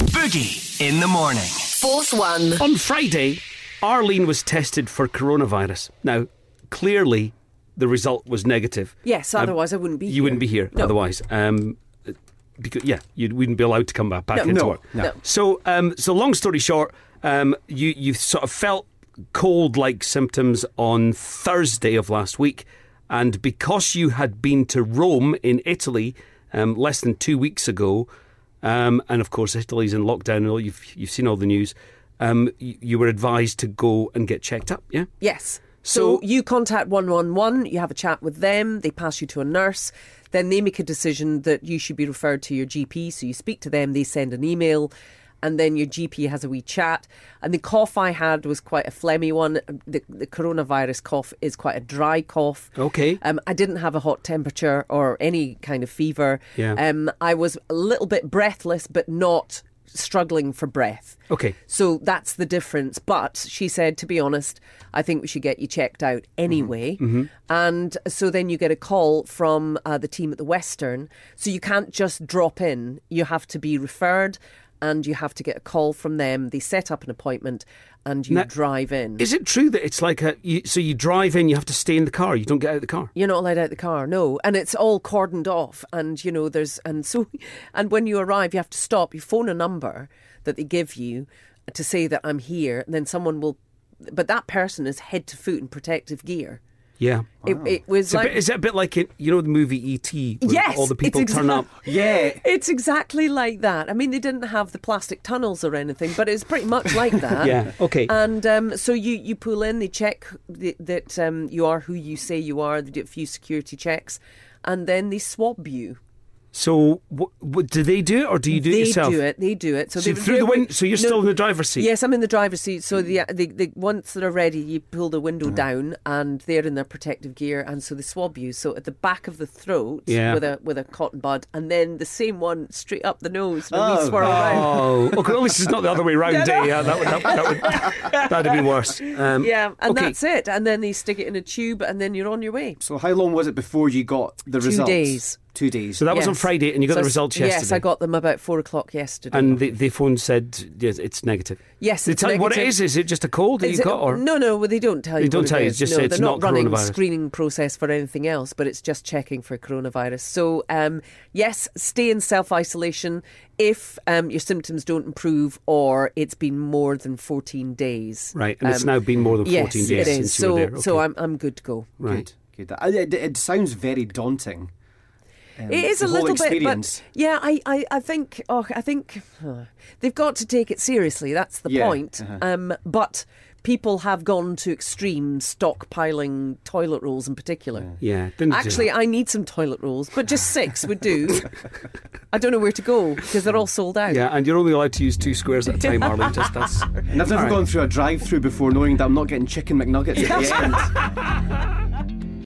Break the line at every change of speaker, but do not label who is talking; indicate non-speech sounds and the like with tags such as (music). Boogie in the morning.
Fourth one.
On Friday, Arlene was tested for coronavirus. Now, clearly, the result was negative.
Yes,
Um,
otherwise I wouldn't be
you
here.
wouldn't be here
No.
otherwise. Um, because yeah, you wouldn't be allowed to come back, back
No.
into
No,
work.
no.
So, um, so long story short, um, you you sort of felt cold-like symptoms on Thursday of last week, and because you had been to Rome in Italy um, less than two weeks ago, um, and of course Italy's in lockdown, and all you've you've seen all the news. Um, you, you were advised to go and get checked up. Yeah.
Yes.
So-
So, you contact 111, you have a chat with them, they pass you to a nurse, then they make a decision that you should be referred to your GP. So you speak to them, they send an email, and then your GP has a wee chat. And the cough I had was quite a phlegmy one. The, the coronavirus cough is quite a dry cough.
Okay.
Um, I didn't have a hot temperature or any kind of fever.
Yeah.
Um, I was a little bit breathless, but not struggling for breath.
Okay.
So that's the difference. But she said, to be honest, I think we should get you checked out anyway. And so then you get a call from uh, the team at the Western. So you can't just drop in, you have to be referred. And you have to get a call from them. They set up an appointment, and you
Now-
drive in.
Is it true that it's like a you, so you drive in, you have to stay in the car, you don't get out of the car?
You're not allowed out the car, no. And it's all cordoned off. And, you know, there's, and so, (laughs) and when you arrive, you have to stop. You phone a number that they give you to say that I'm here. And then someone will, but that person is head to foot in protective gear.
Yeah.
It, it was
It's a
like.
bit, is it a bit like it, you know the movie ET? where
Yes,
all the
it's
people turn up.
exact-
Yeah.
It's exactly like that. I mean, they didn't have the plastic tunnels or anything, but it's pretty much like
(laughs)
that.
Yeah, okay.
And um, so you, you pull in, they check th- that um, you are who you say you are, they do a few security checks, and then they swab you.
So what, what, do they do it or do you do
they
it yourself?
do it. They do it. So,
So
they
through the
they-
wind. So you're
no-
still in the driver's seat. Mm-hmm.
Yes, I'm in the driver's seat. So the, the, the once they're ready, you pull the window down, and they're in their protective gear, and so they swab you. So at the back of the throat,
Yeah.
with a with a cotton bud, and then the same one straight up the nose. When we
Oh,
swirl around.
Oh, (laughs) okay. At least it's not the other way round. eh? Yeah, that would that, would-
(laughs)
that would that'd be worse. Um,
Yeah, and
okay.
that's it. And then they stick it in a tube, and then you're on your way.
So how long was it before you got the
Two
results?
days.
Two days.
So that was on
Yes.
Friday, and you got
So
the
s-
results
Yes, I
yesterday.
got them about four o'clock yesterday.
And the, the phone said yes, it's negative.
Yes,
They
it's
tell you what it
negative.
is. Is it just a cold that
Is
you
it-
got, or
no, no, well, they don't tell you.
They don't
what it
tell you,
is.
it's just
no,
say it's
they're not,
not
running
coronavirus.
screening process for anything else, but it's just checking for coronavirus. So, um, yes, stay in self isolation if um, your symptoms don't improve or it's been more than fourteen days.
right? And it's
Um,
now been more than
yes,
fourteen days
it is.
since you
So,
were there.
so
Okay.
I'm I'm good to go.
right.
Good. Good. I- It, it sounds very daunting. Um,
It is
the
a
whole
little
experience.
bit, but yeah, I, I, I think, oh, I think huh, they've got to take it seriously. That's the
Yeah,
point.
uh-huh.
Um, but people have gone to extremes, stockpiling toilet rolls in particular.
Yeah, didn't do
Actually,
that.
I need some toilet rolls, but just six would
(laughs)
do. I don't know where to go because they're all sold out.
Yeah, and you're only allowed to use two squares at a time, Arlene. Just that's.
And I've never
All right.
(laughs)
gone through a drive-through before, knowing that I'm not getting chicken McNuggets at the end.